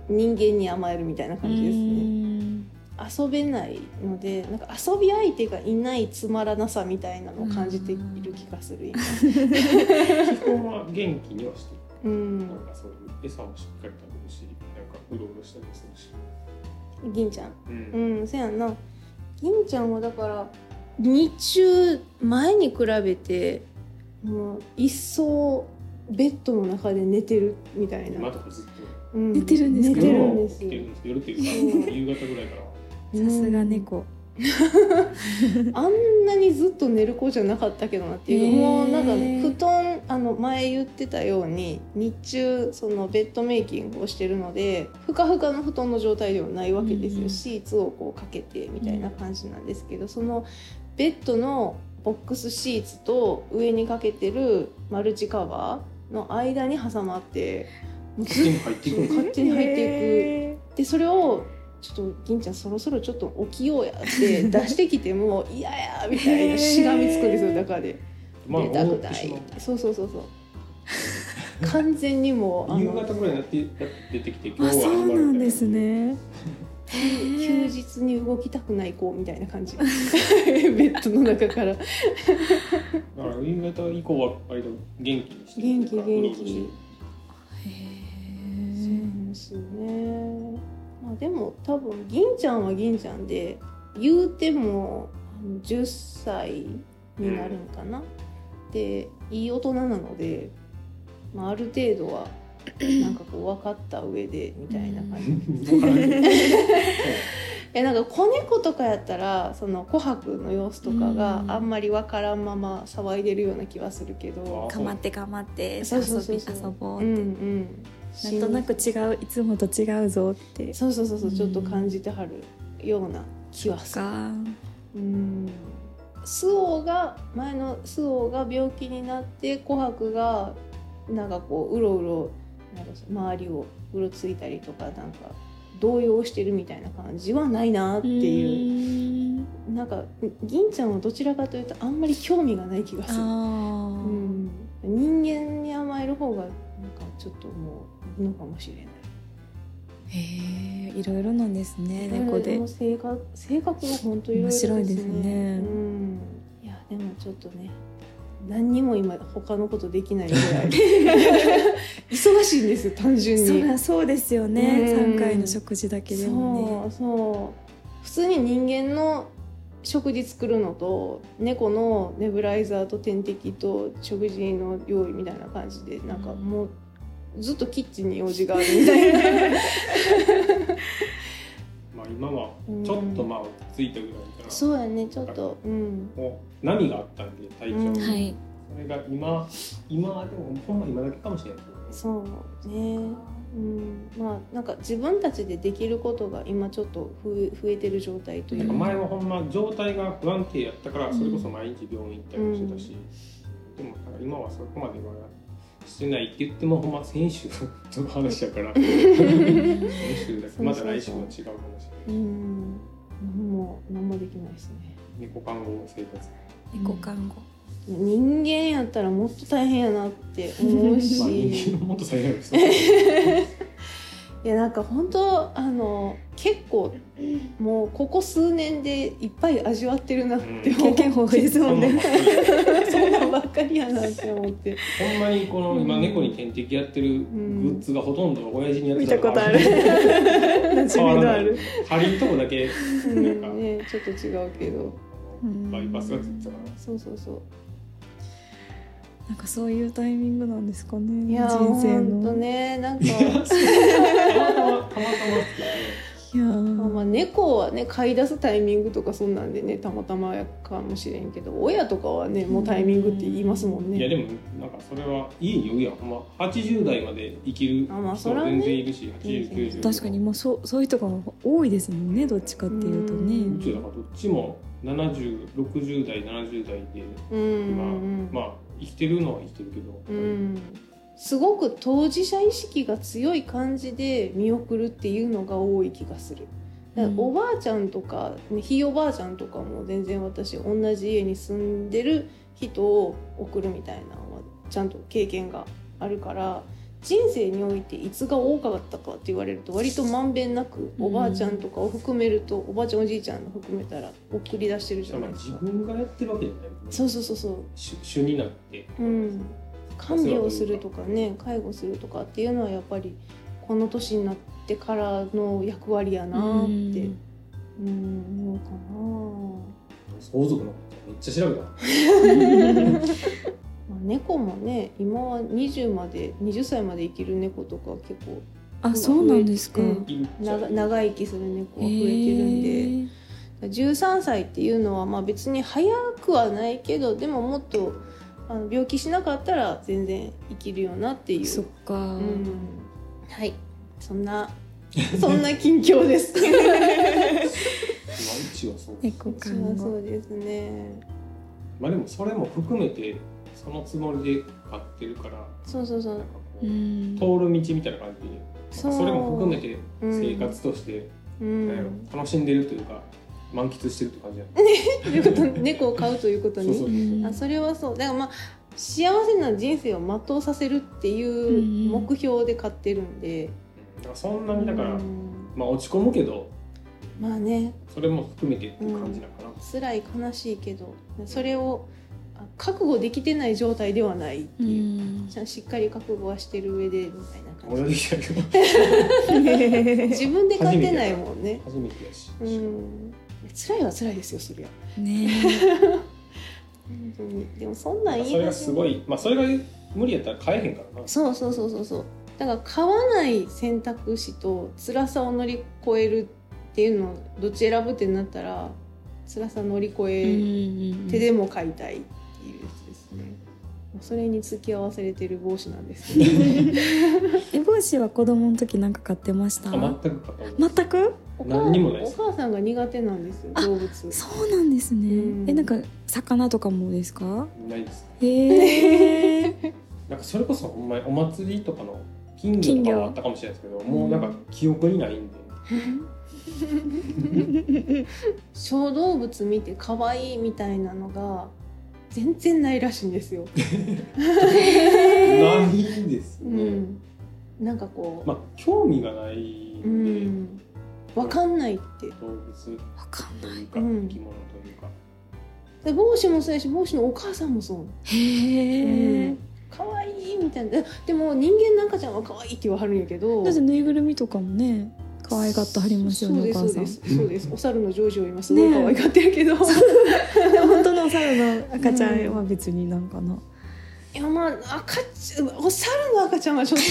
[SPEAKER 1] 人間に甘えるみたいな感じですね遊べないのでなんか遊び相手がいないつまらなさみたいなのを感じている気がする今
[SPEAKER 2] 基本は元気にはしてる、
[SPEAKER 1] う
[SPEAKER 2] なん
[SPEAKER 1] ん
[SPEAKER 2] かそういう餌もしっかり食べるしなんかうろうろしたりもするし、
[SPEAKER 1] 銀ちゃん
[SPEAKER 2] うん
[SPEAKER 1] うん、せやんな。銀ちゃんはだから、日中、前に比べて、もう、一層、ベッドの中で寝てるみたいな。
[SPEAKER 2] 今とかずっと
[SPEAKER 1] うん
[SPEAKER 3] 寝てるんですか
[SPEAKER 1] 寝てるん
[SPEAKER 2] 夜
[SPEAKER 1] で
[SPEAKER 2] は
[SPEAKER 1] す
[SPEAKER 2] 起きてるん
[SPEAKER 1] よ。
[SPEAKER 2] です夜っていうか夕方ぐらいから
[SPEAKER 3] さすが猫。
[SPEAKER 1] うん。あんなにずっと寝る子じゃなかったけどなっていう、
[SPEAKER 3] へー
[SPEAKER 1] もうなんかね、布団、あの、前言ってたように、日中、その、ベッドメイキングをしてるので、ふかふかの布団の状態ではないわけですよ。
[SPEAKER 3] うん
[SPEAKER 1] シーツをこうかけてみたいな感じなんですけど、そのベッドのボックスシーツと上にかけてるマルチカバーの間に挟まってもうず
[SPEAKER 2] 勝手
[SPEAKER 1] っ
[SPEAKER 2] に入っていくんですよ
[SPEAKER 1] 勝手に入っていくでそれをちょっと銀ちゃんそろそろちょっと起きようやって出してきても嫌やみたいなしがみつくんですよ中で
[SPEAKER 2] まあ、
[SPEAKER 1] 出たくな
[SPEAKER 2] し
[SPEAKER 1] い
[SPEAKER 2] まう
[SPEAKER 1] そうそうそうそう完全にもうあ
[SPEAKER 2] 夕
[SPEAKER 1] の
[SPEAKER 2] 方ぐらいになってや出てきて今
[SPEAKER 3] あ
[SPEAKER 2] 日は
[SPEAKER 3] そうなんです
[SPEAKER 2] み
[SPEAKER 3] ね
[SPEAKER 1] 休日に動きたくない子みたいな感じ ベッドの中から
[SPEAKER 2] たいなだから夕方以降は割と元気にして
[SPEAKER 1] 元気
[SPEAKER 2] うろうろして
[SPEAKER 1] 元 そ
[SPEAKER 3] へ
[SPEAKER 1] う
[SPEAKER 3] え
[SPEAKER 1] なんですよね、まあ、でも多分銀ちゃんは銀ちゃんで言うてもあの10歳になるんかな、でいい大人なので、まあ、ある程度 はなんかこう分かった上でみたいな感じ、えなんか子猫とかやったらその琥珀の様子とかが
[SPEAKER 3] うん
[SPEAKER 1] あんまり分からんまま騒いでるような気はするけど、
[SPEAKER 2] あ
[SPEAKER 3] かまってかまって
[SPEAKER 1] そうそう
[SPEAKER 3] 遊
[SPEAKER 1] そう
[SPEAKER 3] び
[SPEAKER 1] そう
[SPEAKER 3] 遊ぼ
[SPEAKER 1] う
[SPEAKER 3] うん
[SPEAKER 1] うん、
[SPEAKER 3] なんとなく違ういつもと違うぞって
[SPEAKER 1] そうそうそうそうちょっと感じてはるような気はする。
[SPEAKER 3] か
[SPEAKER 1] うん周防が前の周防が病気になって琥珀がなんかこううろうろなんか周りをうろついたりとかなんか動揺してるみたいな感じはないなっていう
[SPEAKER 3] いう
[SPEAKER 1] なんか銀ちゃんはどちらかというとあんまり興味がない気がする、
[SPEAKER 3] あ
[SPEAKER 1] う
[SPEAKER 3] あ、
[SPEAKER 1] ん、人間に甘える方がなんかちょっともういいのかもしれない
[SPEAKER 3] へえいろいろなんですね猫
[SPEAKER 1] で
[SPEAKER 3] で
[SPEAKER 1] も性格性格が本当いろいろ
[SPEAKER 3] 面白いですね
[SPEAKER 1] うん、いやでもちょっとね何にも今他のことできないぐ らい忙しいんですよ単純に
[SPEAKER 3] そりゃそうですよね
[SPEAKER 1] うん
[SPEAKER 3] 3回の食事だけでも
[SPEAKER 1] そ
[SPEAKER 3] ね
[SPEAKER 1] うそう普通に人間の食事作るのと猫のネブライザーと点滴と食事の用意みたいな感じでなんかもうずっとキッチンに用事があるみたいな。
[SPEAKER 2] まあ今はちょっとまあ落ち着いたぐらいから
[SPEAKER 1] そうやねちょっと、うん、
[SPEAKER 2] もう波があったんで体調、
[SPEAKER 1] うん
[SPEAKER 2] そ
[SPEAKER 3] はい
[SPEAKER 2] れが今今でもほんま今だけかもしれないです
[SPEAKER 1] そうね、うん、まあなんか自分たちでできることが今ちょっとふ増えてる状態とい
[SPEAKER 2] ね
[SPEAKER 1] う
[SPEAKER 2] な
[SPEAKER 1] か
[SPEAKER 2] んか前はほんま状態が不安定やったからそれこそ毎日病院行ったりもしてたし、でもなんか今はそこまではしてないって言ってもほんま先週 の話やから先週だけまた来週は違う話
[SPEAKER 1] うん何も何もできないですね
[SPEAKER 2] 猫看護生活
[SPEAKER 3] 猫看護
[SPEAKER 1] 人間やったらもっと大変やなって思う
[SPEAKER 2] まあ
[SPEAKER 1] し
[SPEAKER 2] 人間のもっと最悪ですね
[SPEAKER 1] いやなんか本当あの結構もうここ数年でいっぱい味わってるなって思
[SPEAKER 3] 経
[SPEAKER 1] う、
[SPEAKER 3] 験豊富ですもんね
[SPEAKER 1] そんなんばっかりやなって思って
[SPEAKER 2] ほんまにこの今猫に点滴やってるグッズがほとんど親父にやってのが
[SPEAKER 3] 見たこと馴
[SPEAKER 2] 変 わらない針のとこだけなんか
[SPEAKER 1] ねちょっと違うけど
[SPEAKER 3] うん
[SPEAKER 2] バイパスがついてたか
[SPEAKER 1] そうそうそう
[SPEAKER 3] なんかそういうタイミングなんですかね
[SPEAKER 1] いや
[SPEAKER 3] 人
[SPEAKER 1] ー
[SPEAKER 3] 生
[SPEAKER 1] ほんと
[SPEAKER 3] の
[SPEAKER 1] ねなんか
[SPEAKER 2] らたまたまたまたまですけどね
[SPEAKER 3] いやー
[SPEAKER 1] まあまあ猫はね飼い出すタイミングとかそんなんでねたまたまやかもしれんけど親とかはねもうタイミングって言いますもん
[SPEAKER 2] いや
[SPEAKER 1] ね
[SPEAKER 2] でもなんかそれはいいよいやほんま80代まで生きる
[SPEAKER 1] あまあそ
[SPEAKER 2] 人
[SPEAKER 1] らね
[SPEAKER 2] 全然いるし8090
[SPEAKER 3] 確かにもうそうそういう人が多いですもんねどっちかっていうと
[SPEAKER 1] う
[SPEAKER 2] 宇
[SPEAKER 1] ん
[SPEAKER 3] ね
[SPEAKER 2] 宙だからどっちも7060代70代で
[SPEAKER 1] うんうんうん
[SPEAKER 2] まあ生きてるのは生きてるけど、
[SPEAKER 1] うんすごく当事者意識が強い感じで見送るっていうのが多い気がするだからおばあちゃんとか、ね、ひいおばあちゃんとかも全然私同じ家に住んでる人を送るみたいなのはちゃんと経験があるから人生においていつが多かったかって言われると割とまんべんなくおばあちゃんとかを含めると、おばあちゃんおじいちゃんの含めたら送り出してるじゃな
[SPEAKER 2] まあ
[SPEAKER 1] いで
[SPEAKER 2] 自
[SPEAKER 1] すか。
[SPEAKER 2] 分がやってるわけじゃないもんね
[SPEAKER 1] そうそうそうそう
[SPEAKER 2] 主主になって、
[SPEAKER 1] うん、看病するとかね介護するとかっていうのはやっぱりこの年になってからの役割やなーってうん思うか
[SPEAKER 2] 相続のことめっちゃ調べたな
[SPEAKER 1] な、まあ、猫もね今は20まで20歳まで生きる猫とか結構
[SPEAKER 3] あそうなんですか、
[SPEAKER 1] うん
[SPEAKER 2] いる
[SPEAKER 1] 長
[SPEAKER 2] い
[SPEAKER 1] 長生きする猫は増えてるんで。
[SPEAKER 3] へー
[SPEAKER 1] 13歳っていうのはまあ別に早くはないけどでももっとあの病気しなかったら全然生きるよなっていう
[SPEAKER 3] そっか、
[SPEAKER 1] うんはいそん なそんな近況です。
[SPEAKER 2] まあうちはそう
[SPEAKER 3] 猫
[SPEAKER 1] そ
[SPEAKER 3] 看
[SPEAKER 1] う
[SPEAKER 3] 護
[SPEAKER 1] そうですね。
[SPEAKER 2] まあでもそれも含めてそのつもりで買ってるから
[SPEAKER 1] そうそうそ
[SPEAKER 2] なん
[SPEAKER 1] う
[SPEAKER 2] か。こう、
[SPEAKER 3] うん
[SPEAKER 2] 通る道みたいな感じでそ
[SPEAKER 1] そう
[SPEAKER 2] れも含めて生活として、
[SPEAKER 1] う
[SPEAKER 2] なんやろ
[SPEAKER 1] ん。
[SPEAKER 2] 楽しんでるというか満喫してるって感じや
[SPEAKER 1] ということ猫を飼うということ
[SPEAKER 2] そうそう
[SPEAKER 1] に。
[SPEAKER 2] そう
[SPEAKER 1] あそれはそうだからまあ幸せな人生を全うさせるっていう目標で買ってるんで、
[SPEAKER 2] だからそんなにだか
[SPEAKER 1] う
[SPEAKER 2] ら、
[SPEAKER 1] ん
[SPEAKER 2] まあ落ち込むけど
[SPEAKER 1] まあね
[SPEAKER 2] それも含めてっていう感じなのかな、
[SPEAKER 1] 辛い悲しいけどそれをあ覚悟できてない状態ではないって
[SPEAKER 3] う
[SPEAKER 1] いう、
[SPEAKER 3] ん
[SPEAKER 1] ちゃんとしっかり覚悟はしてる上でみたいな感
[SPEAKER 2] 俺
[SPEAKER 1] じ
[SPEAKER 2] は できたけど
[SPEAKER 1] 自分で買ってないもんね
[SPEAKER 2] 初めてやし、
[SPEAKER 1] うん辛いは辛いですよそりゃ
[SPEAKER 3] ね
[SPEAKER 1] 本当にでもそんなん
[SPEAKER 2] まあ
[SPEAKER 1] 言い
[SPEAKER 2] それがすご
[SPEAKER 1] い
[SPEAKER 2] いまあそれが無理やったら買えへんからな
[SPEAKER 1] そうそうそうそうそうだから買わない選択肢と辛さを乗り越えるっていうのをどっち選ぶってなったら辛さ乗り越
[SPEAKER 3] え
[SPEAKER 1] え手
[SPEAKER 3] で
[SPEAKER 1] でも買いたいっていうやつですね、それに付き合わされてる帽子なんですけど
[SPEAKER 3] え帽子は子供の時なんか買ってました
[SPEAKER 2] あ全く買ったことない
[SPEAKER 3] 全く
[SPEAKER 1] お母
[SPEAKER 2] 何にもないです
[SPEAKER 1] お母さんが苦手なんですよ
[SPEAKER 3] あ
[SPEAKER 1] 動物
[SPEAKER 3] そうなんです
[SPEAKER 1] うん
[SPEAKER 3] ねえなんか魚とかもですか
[SPEAKER 2] ないです
[SPEAKER 3] へえ
[SPEAKER 2] なんかそれこそほんまにお祭りとかの金魚とかもあったかもしれないですけどもうなんか記憶にないんで、
[SPEAKER 1] 小動物見て可愛いみたいなのが全然ないらしいんですよ、
[SPEAKER 2] ないです
[SPEAKER 1] う
[SPEAKER 2] ね、
[SPEAKER 1] ん、なんかこう、
[SPEAKER 2] まあ興味がないん
[SPEAKER 1] う
[SPEAKER 2] で、
[SPEAKER 1] ん、わかんないって
[SPEAKER 2] 動物
[SPEAKER 3] わかん
[SPEAKER 2] と
[SPEAKER 3] ない
[SPEAKER 2] いうか、
[SPEAKER 1] うん
[SPEAKER 2] 生き物というか
[SPEAKER 1] で帽子もそうやし帽子のお母さんもそう
[SPEAKER 3] へえ
[SPEAKER 1] 可愛いみたいなでも人間の赤ちゃんは可愛いって言わはるんやけど
[SPEAKER 3] だってぬいぐるみとかもね可愛がってはりますよねお
[SPEAKER 1] そ
[SPEAKER 3] 母
[SPEAKER 1] う
[SPEAKER 3] さん
[SPEAKER 1] ですそうですそうですお猿のジョージを今すごい可愛がってるけど、
[SPEAKER 3] でも本当のお猿の赤ちゃんは別になんかな、
[SPEAKER 1] いやまあ赤ちゃんお猿の赤ちゃんはちょっ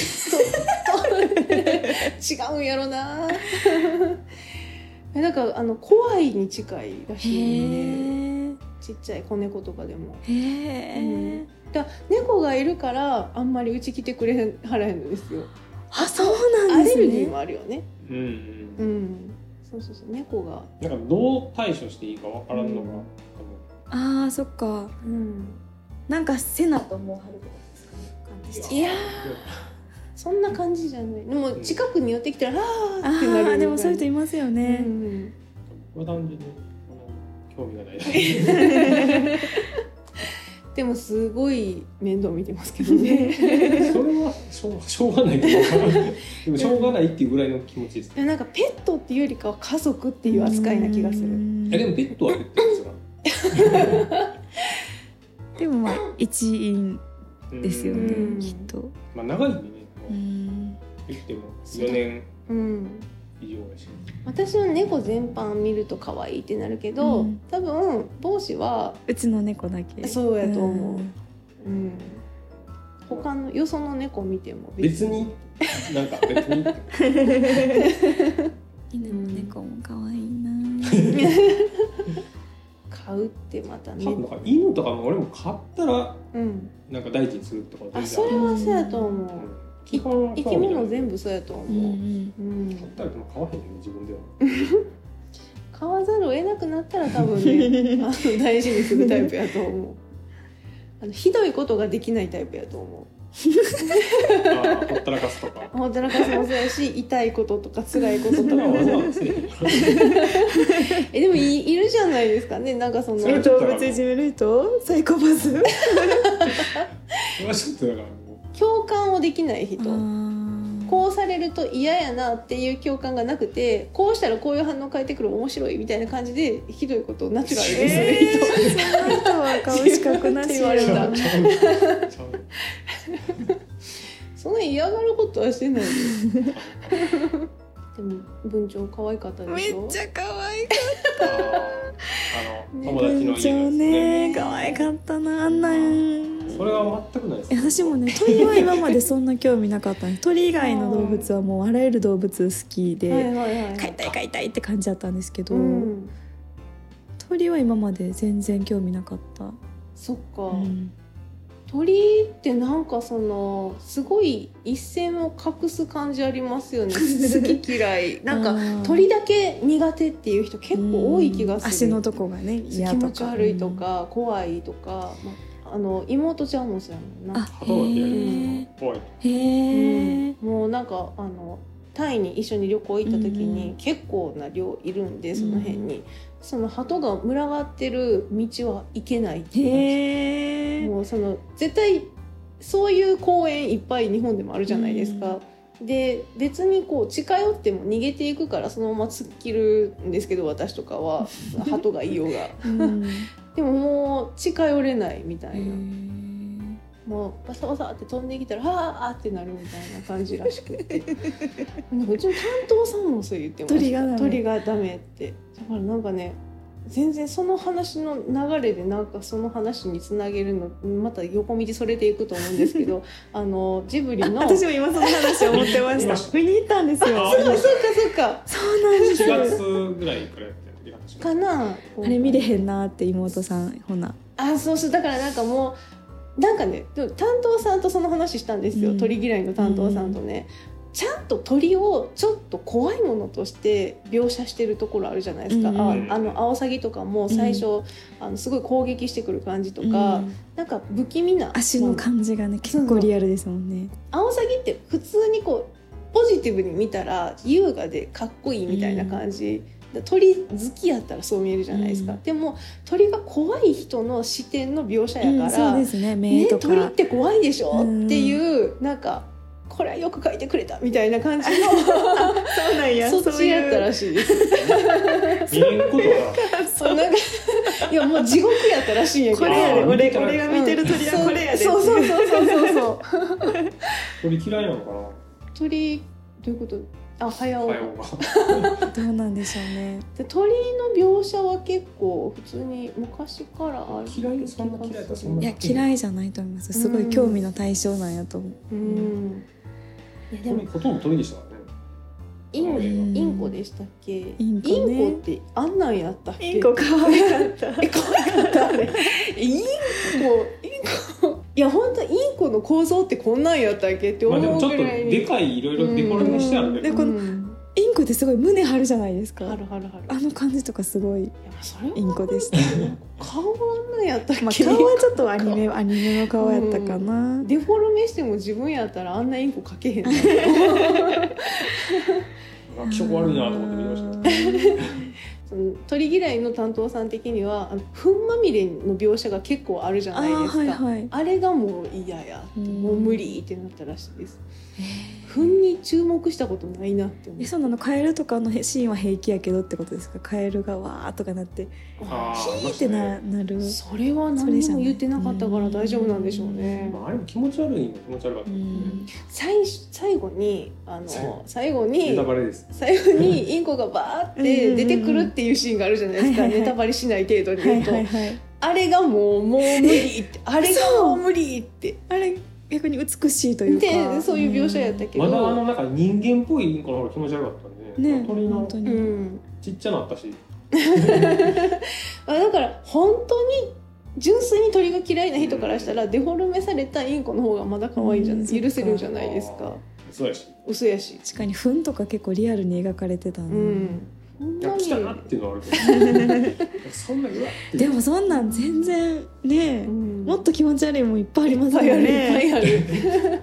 [SPEAKER 1] と違うんやろななんかあの怖いに近いらしいんで
[SPEAKER 3] へ
[SPEAKER 1] ちっちゃい子猫とかでも
[SPEAKER 3] えへえ、
[SPEAKER 1] だから猫がいるからあんまりうち来てくれへんはらへんのですよ
[SPEAKER 3] あそうな
[SPEAKER 1] ア
[SPEAKER 3] ん
[SPEAKER 1] レ
[SPEAKER 3] です
[SPEAKER 1] ルギー
[SPEAKER 3] ね
[SPEAKER 1] もあるよね
[SPEAKER 2] うんうん
[SPEAKER 1] うんそうそうそう猫が
[SPEAKER 2] なんかどう対処していいかわからんのが、
[SPEAKER 1] うん
[SPEAKER 3] あーそっか
[SPEAKER 1] うん
[SPEAKER 3] なんかせなと思うはるですかね鑑定して
[SPEAKER 1] いやーそんな感じじゃないでも近くに寄ってきたら「あ
[SPEAKER 3] あ
[SPEAKER 1] ー」ってなる
[SPEAKER 3] ーでもそういう人いますよ
[SPEAKER 1] ね
[SPEAKER 3] ね、
[SPEAKER 2] 僕は単純にあの興味がない
[SPEAKER 1] でもすごい面倒見てますけどね
[SPEAKER 2] それはしょうしょうがないというかでもしょうがないっていうぐらいの気持ちです
[SPEAKER 1] でもなんかペットっていうよりかは家族っていう扱いな気がす
[SPEAKER 3] う
[SPEAKER 1] る
[SPEAKER 3] ん
[SPEAKER 2] えでもペットはペットですか
[SPEAKER 3] でもまあ一員
[SPEAKER 2] ら
[SPEAKER 3] ですよ
[SPEAKER 2] うん
[SPEAKER 1] うん
[SPEAKER 3] ねきっと
[SPEAKER 2] まあ長いんでねもう
[SPEAKER 3] う
[SPEAKER 2] ん言っても4年
[SPEAKER 1] うん
[SPEAKER 2] 以上やし
[SPEAKER 1] 私は猫全般見ると可愛いってなるけど、
[SPEAKER 3] うん
[SPEAKER 1] 多分帽子は、
[SPEAKER 3] うちの猫だけ
[SPEAKER 1] そうやと 思うんうん、他のよその猫見ても
[SPEAKER 2] 別になんか別 にって
[SPEAKER 3] 犬も猫も可愛いな
[SPEAKER 1] 買うってまたね
[SPEAKER 2] 多分なんか犬とかも俺も買ったら
[SPEAKER 1] うん
[SPEAKER 2] なんか大事にするとか
[SPEAKER 1] あ
[SPEAKER 2] 全
[SPEAKER 1] そ
[SPEAKER 2] 然
[SPEAKER 1] れ
[SPEAKER 2] る
[SPEAKER 1] はそうやと
[SPEAKER 2] う
[SPEAKER 1] 思うん
[SPEAKER 2] 基本は
[SPEAKER 1] 生
[SPEAKER 2] 興
[SPEAKER 1] き
[SPEAKER 2] 味ない
[SPEAKER 1] 物全部そうやと
[SPEAKER 3] うんう
[SPEAKER 1] 思う、
[SPEAKER 3] ん
[SPEAKER 1] うん、
[SPEAKER 2] 買ったらでも買わへんよね自分では
[SPEAKER 1] 買わざるを得なくなったら多分 ねあの大事にするタイプやと思うあのひどいことができないタイプやと思
[SPEAKER 2] ああほったらかすとか
[SPEAKER 1] うほったらかすもそうやし痛いこととか辛いことと
[SPEAKER 2] そ
[SPEAKER 1] か
[SPEAKER 2] れは
[SPEAKER 1] も
[SPEAKER 2] わざ わざせえへんから
[SPEAKER 1] えでもいいるじゃないですかねなんかその
[SPEAKER 2] それはちょっと
[SPEAKER 3] 動物いじめる人サイコパ
[SPEAKER 2] そ
[SPEAKER 3] ス
[SPEAKER 2] れはちょっとだからも
[SPEAKER 1] 共感をできない人
[SPEAKER 3] こ
[SPEAKER 1] こうされると嫌やなっていう共感がなくてこうしたらこういう反応返ってくる面白いみたいな感じでひどいことをナチュラルにする人、
[SPEAKER 3] その人は顔四角なし
[SPEAKER 1] 言わ
[SPEAKER 2] う
[SPEAKER 1] れ
[SPEAKER 2] ち
[SPEAKER 1] た
[SPEAKER 2] ゃうちゃうちゃう
[SPEAKER 1] そんな嫌がることはしてないですでも文鳥可愛かったで
[SPEAKER 3] め
[SPEAKER 1] し
[SPEAKER 3] っ
[SPEAKER 1] ょ
[SPEAKER 3] ちゃ可愛い
[SPEAKER 2] あーあの友達の家です
[SPEAKER 3] 文鳥
[SPEAKER 2] ね
[SPEAKER 3] ね可愛かったなあんなん
[SPEAKER 2] それは全くないです
[SPEAKER 3] え私もね鳥は今までそんな興味なかったんです鳥以外の動物はもうあらゆる動物好きで、
[SPEAKER 1] はいはいはい
[SPEAKER 3] 飼いたい飼いたいって感じだったんですけど、
[SPEAKER 1] うん、
[SPEAKER 3] 鳥は今まで全然興味なかった、
[SPEAKER 1] そっか、
[SPEAKER 3] うん
[SPEAKER 1] 鳥ってなんかそのすごい一線を隠す感じあります よね好き嫌いなん
[SPEAKER 3] あ
[SPEAKER 1] か
[SPEAKER 3] ー
[SPEAKER 1] 鳥だけ苦手っていう人結構多い気が
[SPEAKER 3] うん
[SPEAKER 1] す
[SPEAKER 3] 足
[SPEAKER 1] る、
[SPEAKER 3] のとこがね嫌
[SPEAKER 1] 気
[SPEAKER 3] とか
[SPEAKER 1] 持ち悪いと、か、怖いとか、まあの妹ちゃんもそうやもん
[SPEAKER 3] うん
[SPEAKER 1] な
[SPEAKER 3] あ
[SPEAKER 2] 鳩が
[SPEAKER 3] へ
[SPEAKER 2] 嫌い
[SPEAKER 3] え
[SPEAKER 2] です怖い
[SPEAKER 3] へえ、
[SPEAKER 1] もうなんかあのタイに一緒に旅行行った時
[SPEAKER 3] うんう
[SPEAKER 1] に
[SPEAKER 3] ん
[SPEAKER 1] 結構な量いるんでその辺に、その鳩が群がってる道は行けないっていう
[SPEAKER 3] へえ
[SPEAKER 1] もうその絶対そういう公園いっぱい日本でもあるじゃないですか。で別にこう近寄っても逃げていくからそのまま突っ切るんですけど私とか は鳩がいようが でももう近寄れないみたいな、もうバサバサって飛んできたら「あーあ」ってなるみたいな感じらしく てなんかうちの担当さんもそう言ってました
[SPEAKER 3] 鳥がダメ
[SPEAKER 1] 鳥がダメってだからなんかね全然その話の流れでなんかその話につなげるのまた横道それていくと思うんですけ どあのジブリの
[SPEAKER 3] 私も今その話思ってまし
[SPEAKER 2] 見ま
[SPEAKER 3] た
[SPEAKER 2] した
[SPEAKER 3] 見に行ったんですよ
[SPEAKER 1] そうかそうか
[SPEAKER 3] そうなんです
[SPEAKER 2] 4月ぐらいからやってた時なんかしら
[SPEAKER 1] かな
[SPEAKER 3] あれ見れへんなって妹さんほな
[SPEAKER 1] あそうそうだからなんかもうなんかねでも担当さんとその話したんですよ、
[SPEAKER 3] うん
[SPEAKER 1] 鳥嫌いの担当さんとね、ちゃんと鳥をちょっと怖いものとして描写してるところあるじゃないですか、
[SPEAKER 3] うん
[SPEAKER 1] ああのアオサギとかも最初、あのすごい攻撃してくる感じとか、
[SPEAKER 3] うん
[SPEAKER 1] なんか不気味な
[SPEAKER 3] 足の感じがね結構リアルですもんね
[SPEAKER 1] アオサギって普通にこうポジティブに見たら優雅でかっこいいみたいな感じ、だ鳥好きやったらそう見えるじゃないですか、
[SPEAKER 3] うん
[SPEAKER 1] でも鳥が怖い人の視点の描写や
[SPEAKER 3] う
[SPEAKER 1] か
[SPEAKER 3] ん
[SPEAKER 1] ら、
[SPEAKER 3] そうですね目
[SPEAKER 1] ね、
[SPEAKER 3] と
[SPEAKER 1] 鳥っ
[SPEAKER 3] か
[SPEAKER 1] て怖いでしょ
[SPEAKER 3] うん
[SPEAKER 1] っていうなんかこれはよく書いてくれたみたいな感じ の
[SPEAKER 3] そうなん
[SPEAKER 1] そっちやったらしいです。
[SPEAKER 2] 見れることは
[SPEAKER 1] そうなんかいやもう地獄やったらしいんやけど
[SPEAKER 3] これや
[SPEAKER 2] あ
[SPEAKER 3] で
[SPEAKER 2] ー見
[SPEAKER 3] 俺
[SPEAKER 2] てない
[SPEAKER 3] 俺が見てる鳥はこれやで
[SPEAKER 1] そうそうそうそうそうそう
[SPEAKER 2] 鳥嫌いなのかな
[SPEAKER 1] 鳥どういうことあ早尾
[SPEAKER 2] 早尾が
[SPEAKER 3] どうなんでしょうね
[SPEAKER 1] で鳥の描写は結構普通に昔からある
[SPEAKER 2] 嫌いそんな嫌いだったらそんない
[SPEAKER 3] や嫌いじゃないと思いますすごい興味の対象なんやと思
[SPEAKER 1] う
[SPEAKER 3] う
[SPEAKER 1] んいやでも
[SPEAKER 2] 鳥ほとんど鳥でしたからね
[SPEAKER 1] イン
[SPEAKER 3] うん
[SPEAKER 1] インコでしたっけイ
[SPEAKER 3] ンコね
[SPEAKER 1] ンコってあんなんやったっけ
[SPEAKER 3] 可愛かった
[SPEAKER 1] え可愛かったあれインコインコいや本当インコの構造ってこんなんやったっけって
[SPEAKER 2] ま
[SPEAKER 1] 思
[SPEAKER 2] あでも
[SPEAKER 1] う
[SPEAKER 2] ちょっ
[SPEAKER 1] ぐ
[SPEAKER 2] と
[SPEAKER 1] らいに、
[SPEAKER 2] でかいいろいろデコレーションしてあるけ
[SPEAKER 3] で
[SPEAKER 2] ど
[SPEAKER 3] この
[SPEAKER 1] うん
[SPEAKER 3] インコってすごい胸張るじゃないです
[SPEAKER 1] は
[SPEAKER 3] か
[SPEAKER 1] るはるはる
[SPEAKER 3] あの感じとかすごい
[SPEAKER 1] いやそれは
[SPEAKER 3] インコでした
[SPEAKER 1] 顔あんなんやったっけ、
[SPEAKER 3] まあ顔はちょっとアニメアニメの顔やったかな
[SPEAKER 1] デフォルメしても自分やったらあんなインコ描けへん な
[SPEAKER 2] あ気色悪いなと思って見ました
[SPEAKER 1] その鳥嫌いの担当さん的にはあの糞まみれの描写が結構あるじゃ
[SPEAKER 3] あ
[SPEAKER 1] ないで
[SPEAKER 3] ー
[SPEAKER 1] すかあ,、
[SPEAKER 3] はいはい
[SPEAKER 1] れがもう嫌やって
[SPEAKER 3] うん
[SPEAKER 1] もう無理ってなったらしいです糞に注目したことないなって思う
[SPEAKER 3] えそうなのカエルとかのへシーンは平気やけどってことですかカエルがわーとかなって
[SPEAKER 2] あ
[SPEAKER 3] ヒ
[SPEAKER 2] ーい
[SPEAKER 3] ー
[SPEAKER 2] ま
[SPEAKER 3] っ
[SPEAKER 2] した
[SPEAKER 3] て
[SPEAKER 2] ね
[SPEAKER 3] ななる
[SPEAKER 1] それは何も言ってなかったから大丈夫なんでしょうね。
[SPEAKER 2] まああれも気持ち悪いの気持ち悪かった
[SPEAKER 3] う
[SPEAKER 2] ですね
[SPEAKER 3] ん
[SPEAKER 1] 最初最後にあ
[SPEAKER 2] 最
[SPEAKER 1] の
[SPEAKER 2] 後
[SPEAKER 1] 最後
[SPEAKER 2] ネ
[SPEAKER 1] に
[SPEAKER 2] タバレです
[SPEAKER 1] 最後にインコがバーって出てくるっていうシーンがあるじゃないですか。
[SPEAKER 3] うんうんうん
[SPEAKER 1] ネタバレしない程度に
[SPEAKER 3] は
[SPEAKER 1] 言
[SPEAKER 3] いう
[SPEAKER 1] と、
[SPEAKER 3] はいはい
[SPEAKER 1] あれがもうもう無理って あれがもう無理って。
[SPEAKER 3] あれ逆に美しいというか
[SPEAKER 1] でそういう描写やったけ
[SPEAKER 2] まだあ
[SPEAKER 1] ど、
[SPEAKER 2] のなんか人間っぽいインコの方が気持ち悪かったんで、
[SPEAKER 3] ね
[SPEAKER 2] 鳥の
[SPEAKER 3] 本当
[SPEAKER 1] う
[SPEAKER 3] に、
[SPEAKER 1] ん、
[SPEAKER 2] ちっちゃなったし
[SPEAKER 1] あだから本当に純粋に鳥が嫌いな人からしたら、デフォルメされたインコの方がまだ可愛いじゃない、
[SPEAKER 3] うん
[SPEAKER 1] 許せるじゃないですか。
[SPEAKER 2] そうやし
[SPEAKER 1] 嘘やし。
[SPEAKER 3] 確かに糞とか結構リアルに描かれてた
[SPEAKER 1] う
[SPEAKER 3] な、
[SPEAKER 1] ん。ほん
[SPEAKER 2] いや
[SPEAKER 1] ま
[SPEAKER 2] 来
[SPEAKER 1] に
[SPEAKER 2] たなっていうのはあ るけどそんなうわって
[SPEAKER 3] でもそんなん全然ね、
[SPEAKER 1] うん
[SPEAKER 3] もっと気持ち悪いもんいっぱいあり
[SPEAKER 1] い
[SPEAKER 3] ま
[SPEAKER 1] っ
[SPEAKER 3] すも
[SPEAKER 1] ぱ
[SPEAKER 3] ん
[SPEAKER 1] いあるいっぱ
[SPEAKER 3] ね
[SPEAKER 1] いある だか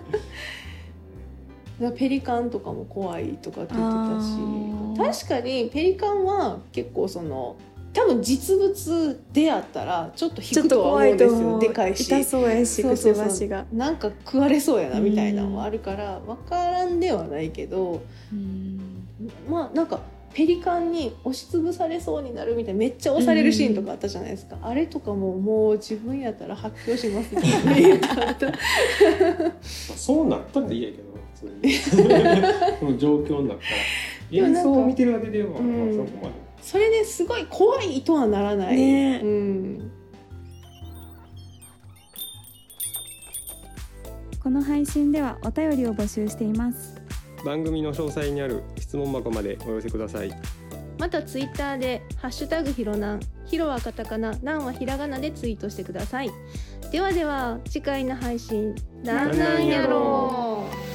[SPEAKER 1] らペリカンとかも怖いとかって言ってたし
[SPEAKER 3] あ
[SPEAKER 1] 確かにペリカンは結構その多分実物であったらちょっと
[SPEAKER 3] ち
[SPEAKER 1] 引
[SPEAKER 3] ょっ
[SPEAKER 1] く
[SPEAKER 3] と
[SPEAKER 1] とは
[SPEAKER 3] 怖
[SPEAKER 1] 思う
[SPEAKER 3] い
[SPEAKER 1] んで
[SPEAKER 3] と
[SPEAKER 1] す
[SPEAKER 3] 思
[SPEAKER 1] よ
[SPEAKER 3] う
[SPEAKER 1] でかいし
[SPEAKER 3] 痛そうやし
[SPEAKER 1] そ
[SPEAKER 3] く
[SPEAKER 1] うそ
[SPEAKER 3] ち
[SPEAKER 1] うそう
[SPEAKER 3] ばしが
[SPEAKER 1] なんか食われそうやなみたいなのはあるから分からんではないけど
[SPEAKER 3] うん
[SPEAKER 1] まあなんかペリカンに押しつぶされそうになるみたいなめっちゃ押されるシーンとかあったじゃないですか、あれとかももう自分やったら発狂しますね
[SPEAKER 2] まあそうなったらいいやけど 普通にその状況になった
[SPEAKER 1] でも
[SPEAKER 2] ら
[SPEAKER 1] なんか
[SPEAKER 2] 演奏を見てるだけでは、まあ
[SPEAKER 1] うん
[SPEAKER 2] そこまで
[SPEAKER 1] それですごい怖いとはならない、
[SPEAKER 3] ねえ
[SPEAKER 1] うん、
[SPEAKER 3] この配信ではお便りを募集しています
[SPEAKER 2] 番組の詳細にある質問箱までお寄せください
[SPEAKER 1] またツイッターで「ハッシュタグひろなん」ひろはカタカナ、なんはひらがなでツイートしてくださいではでは次回の配信「なんなんやろう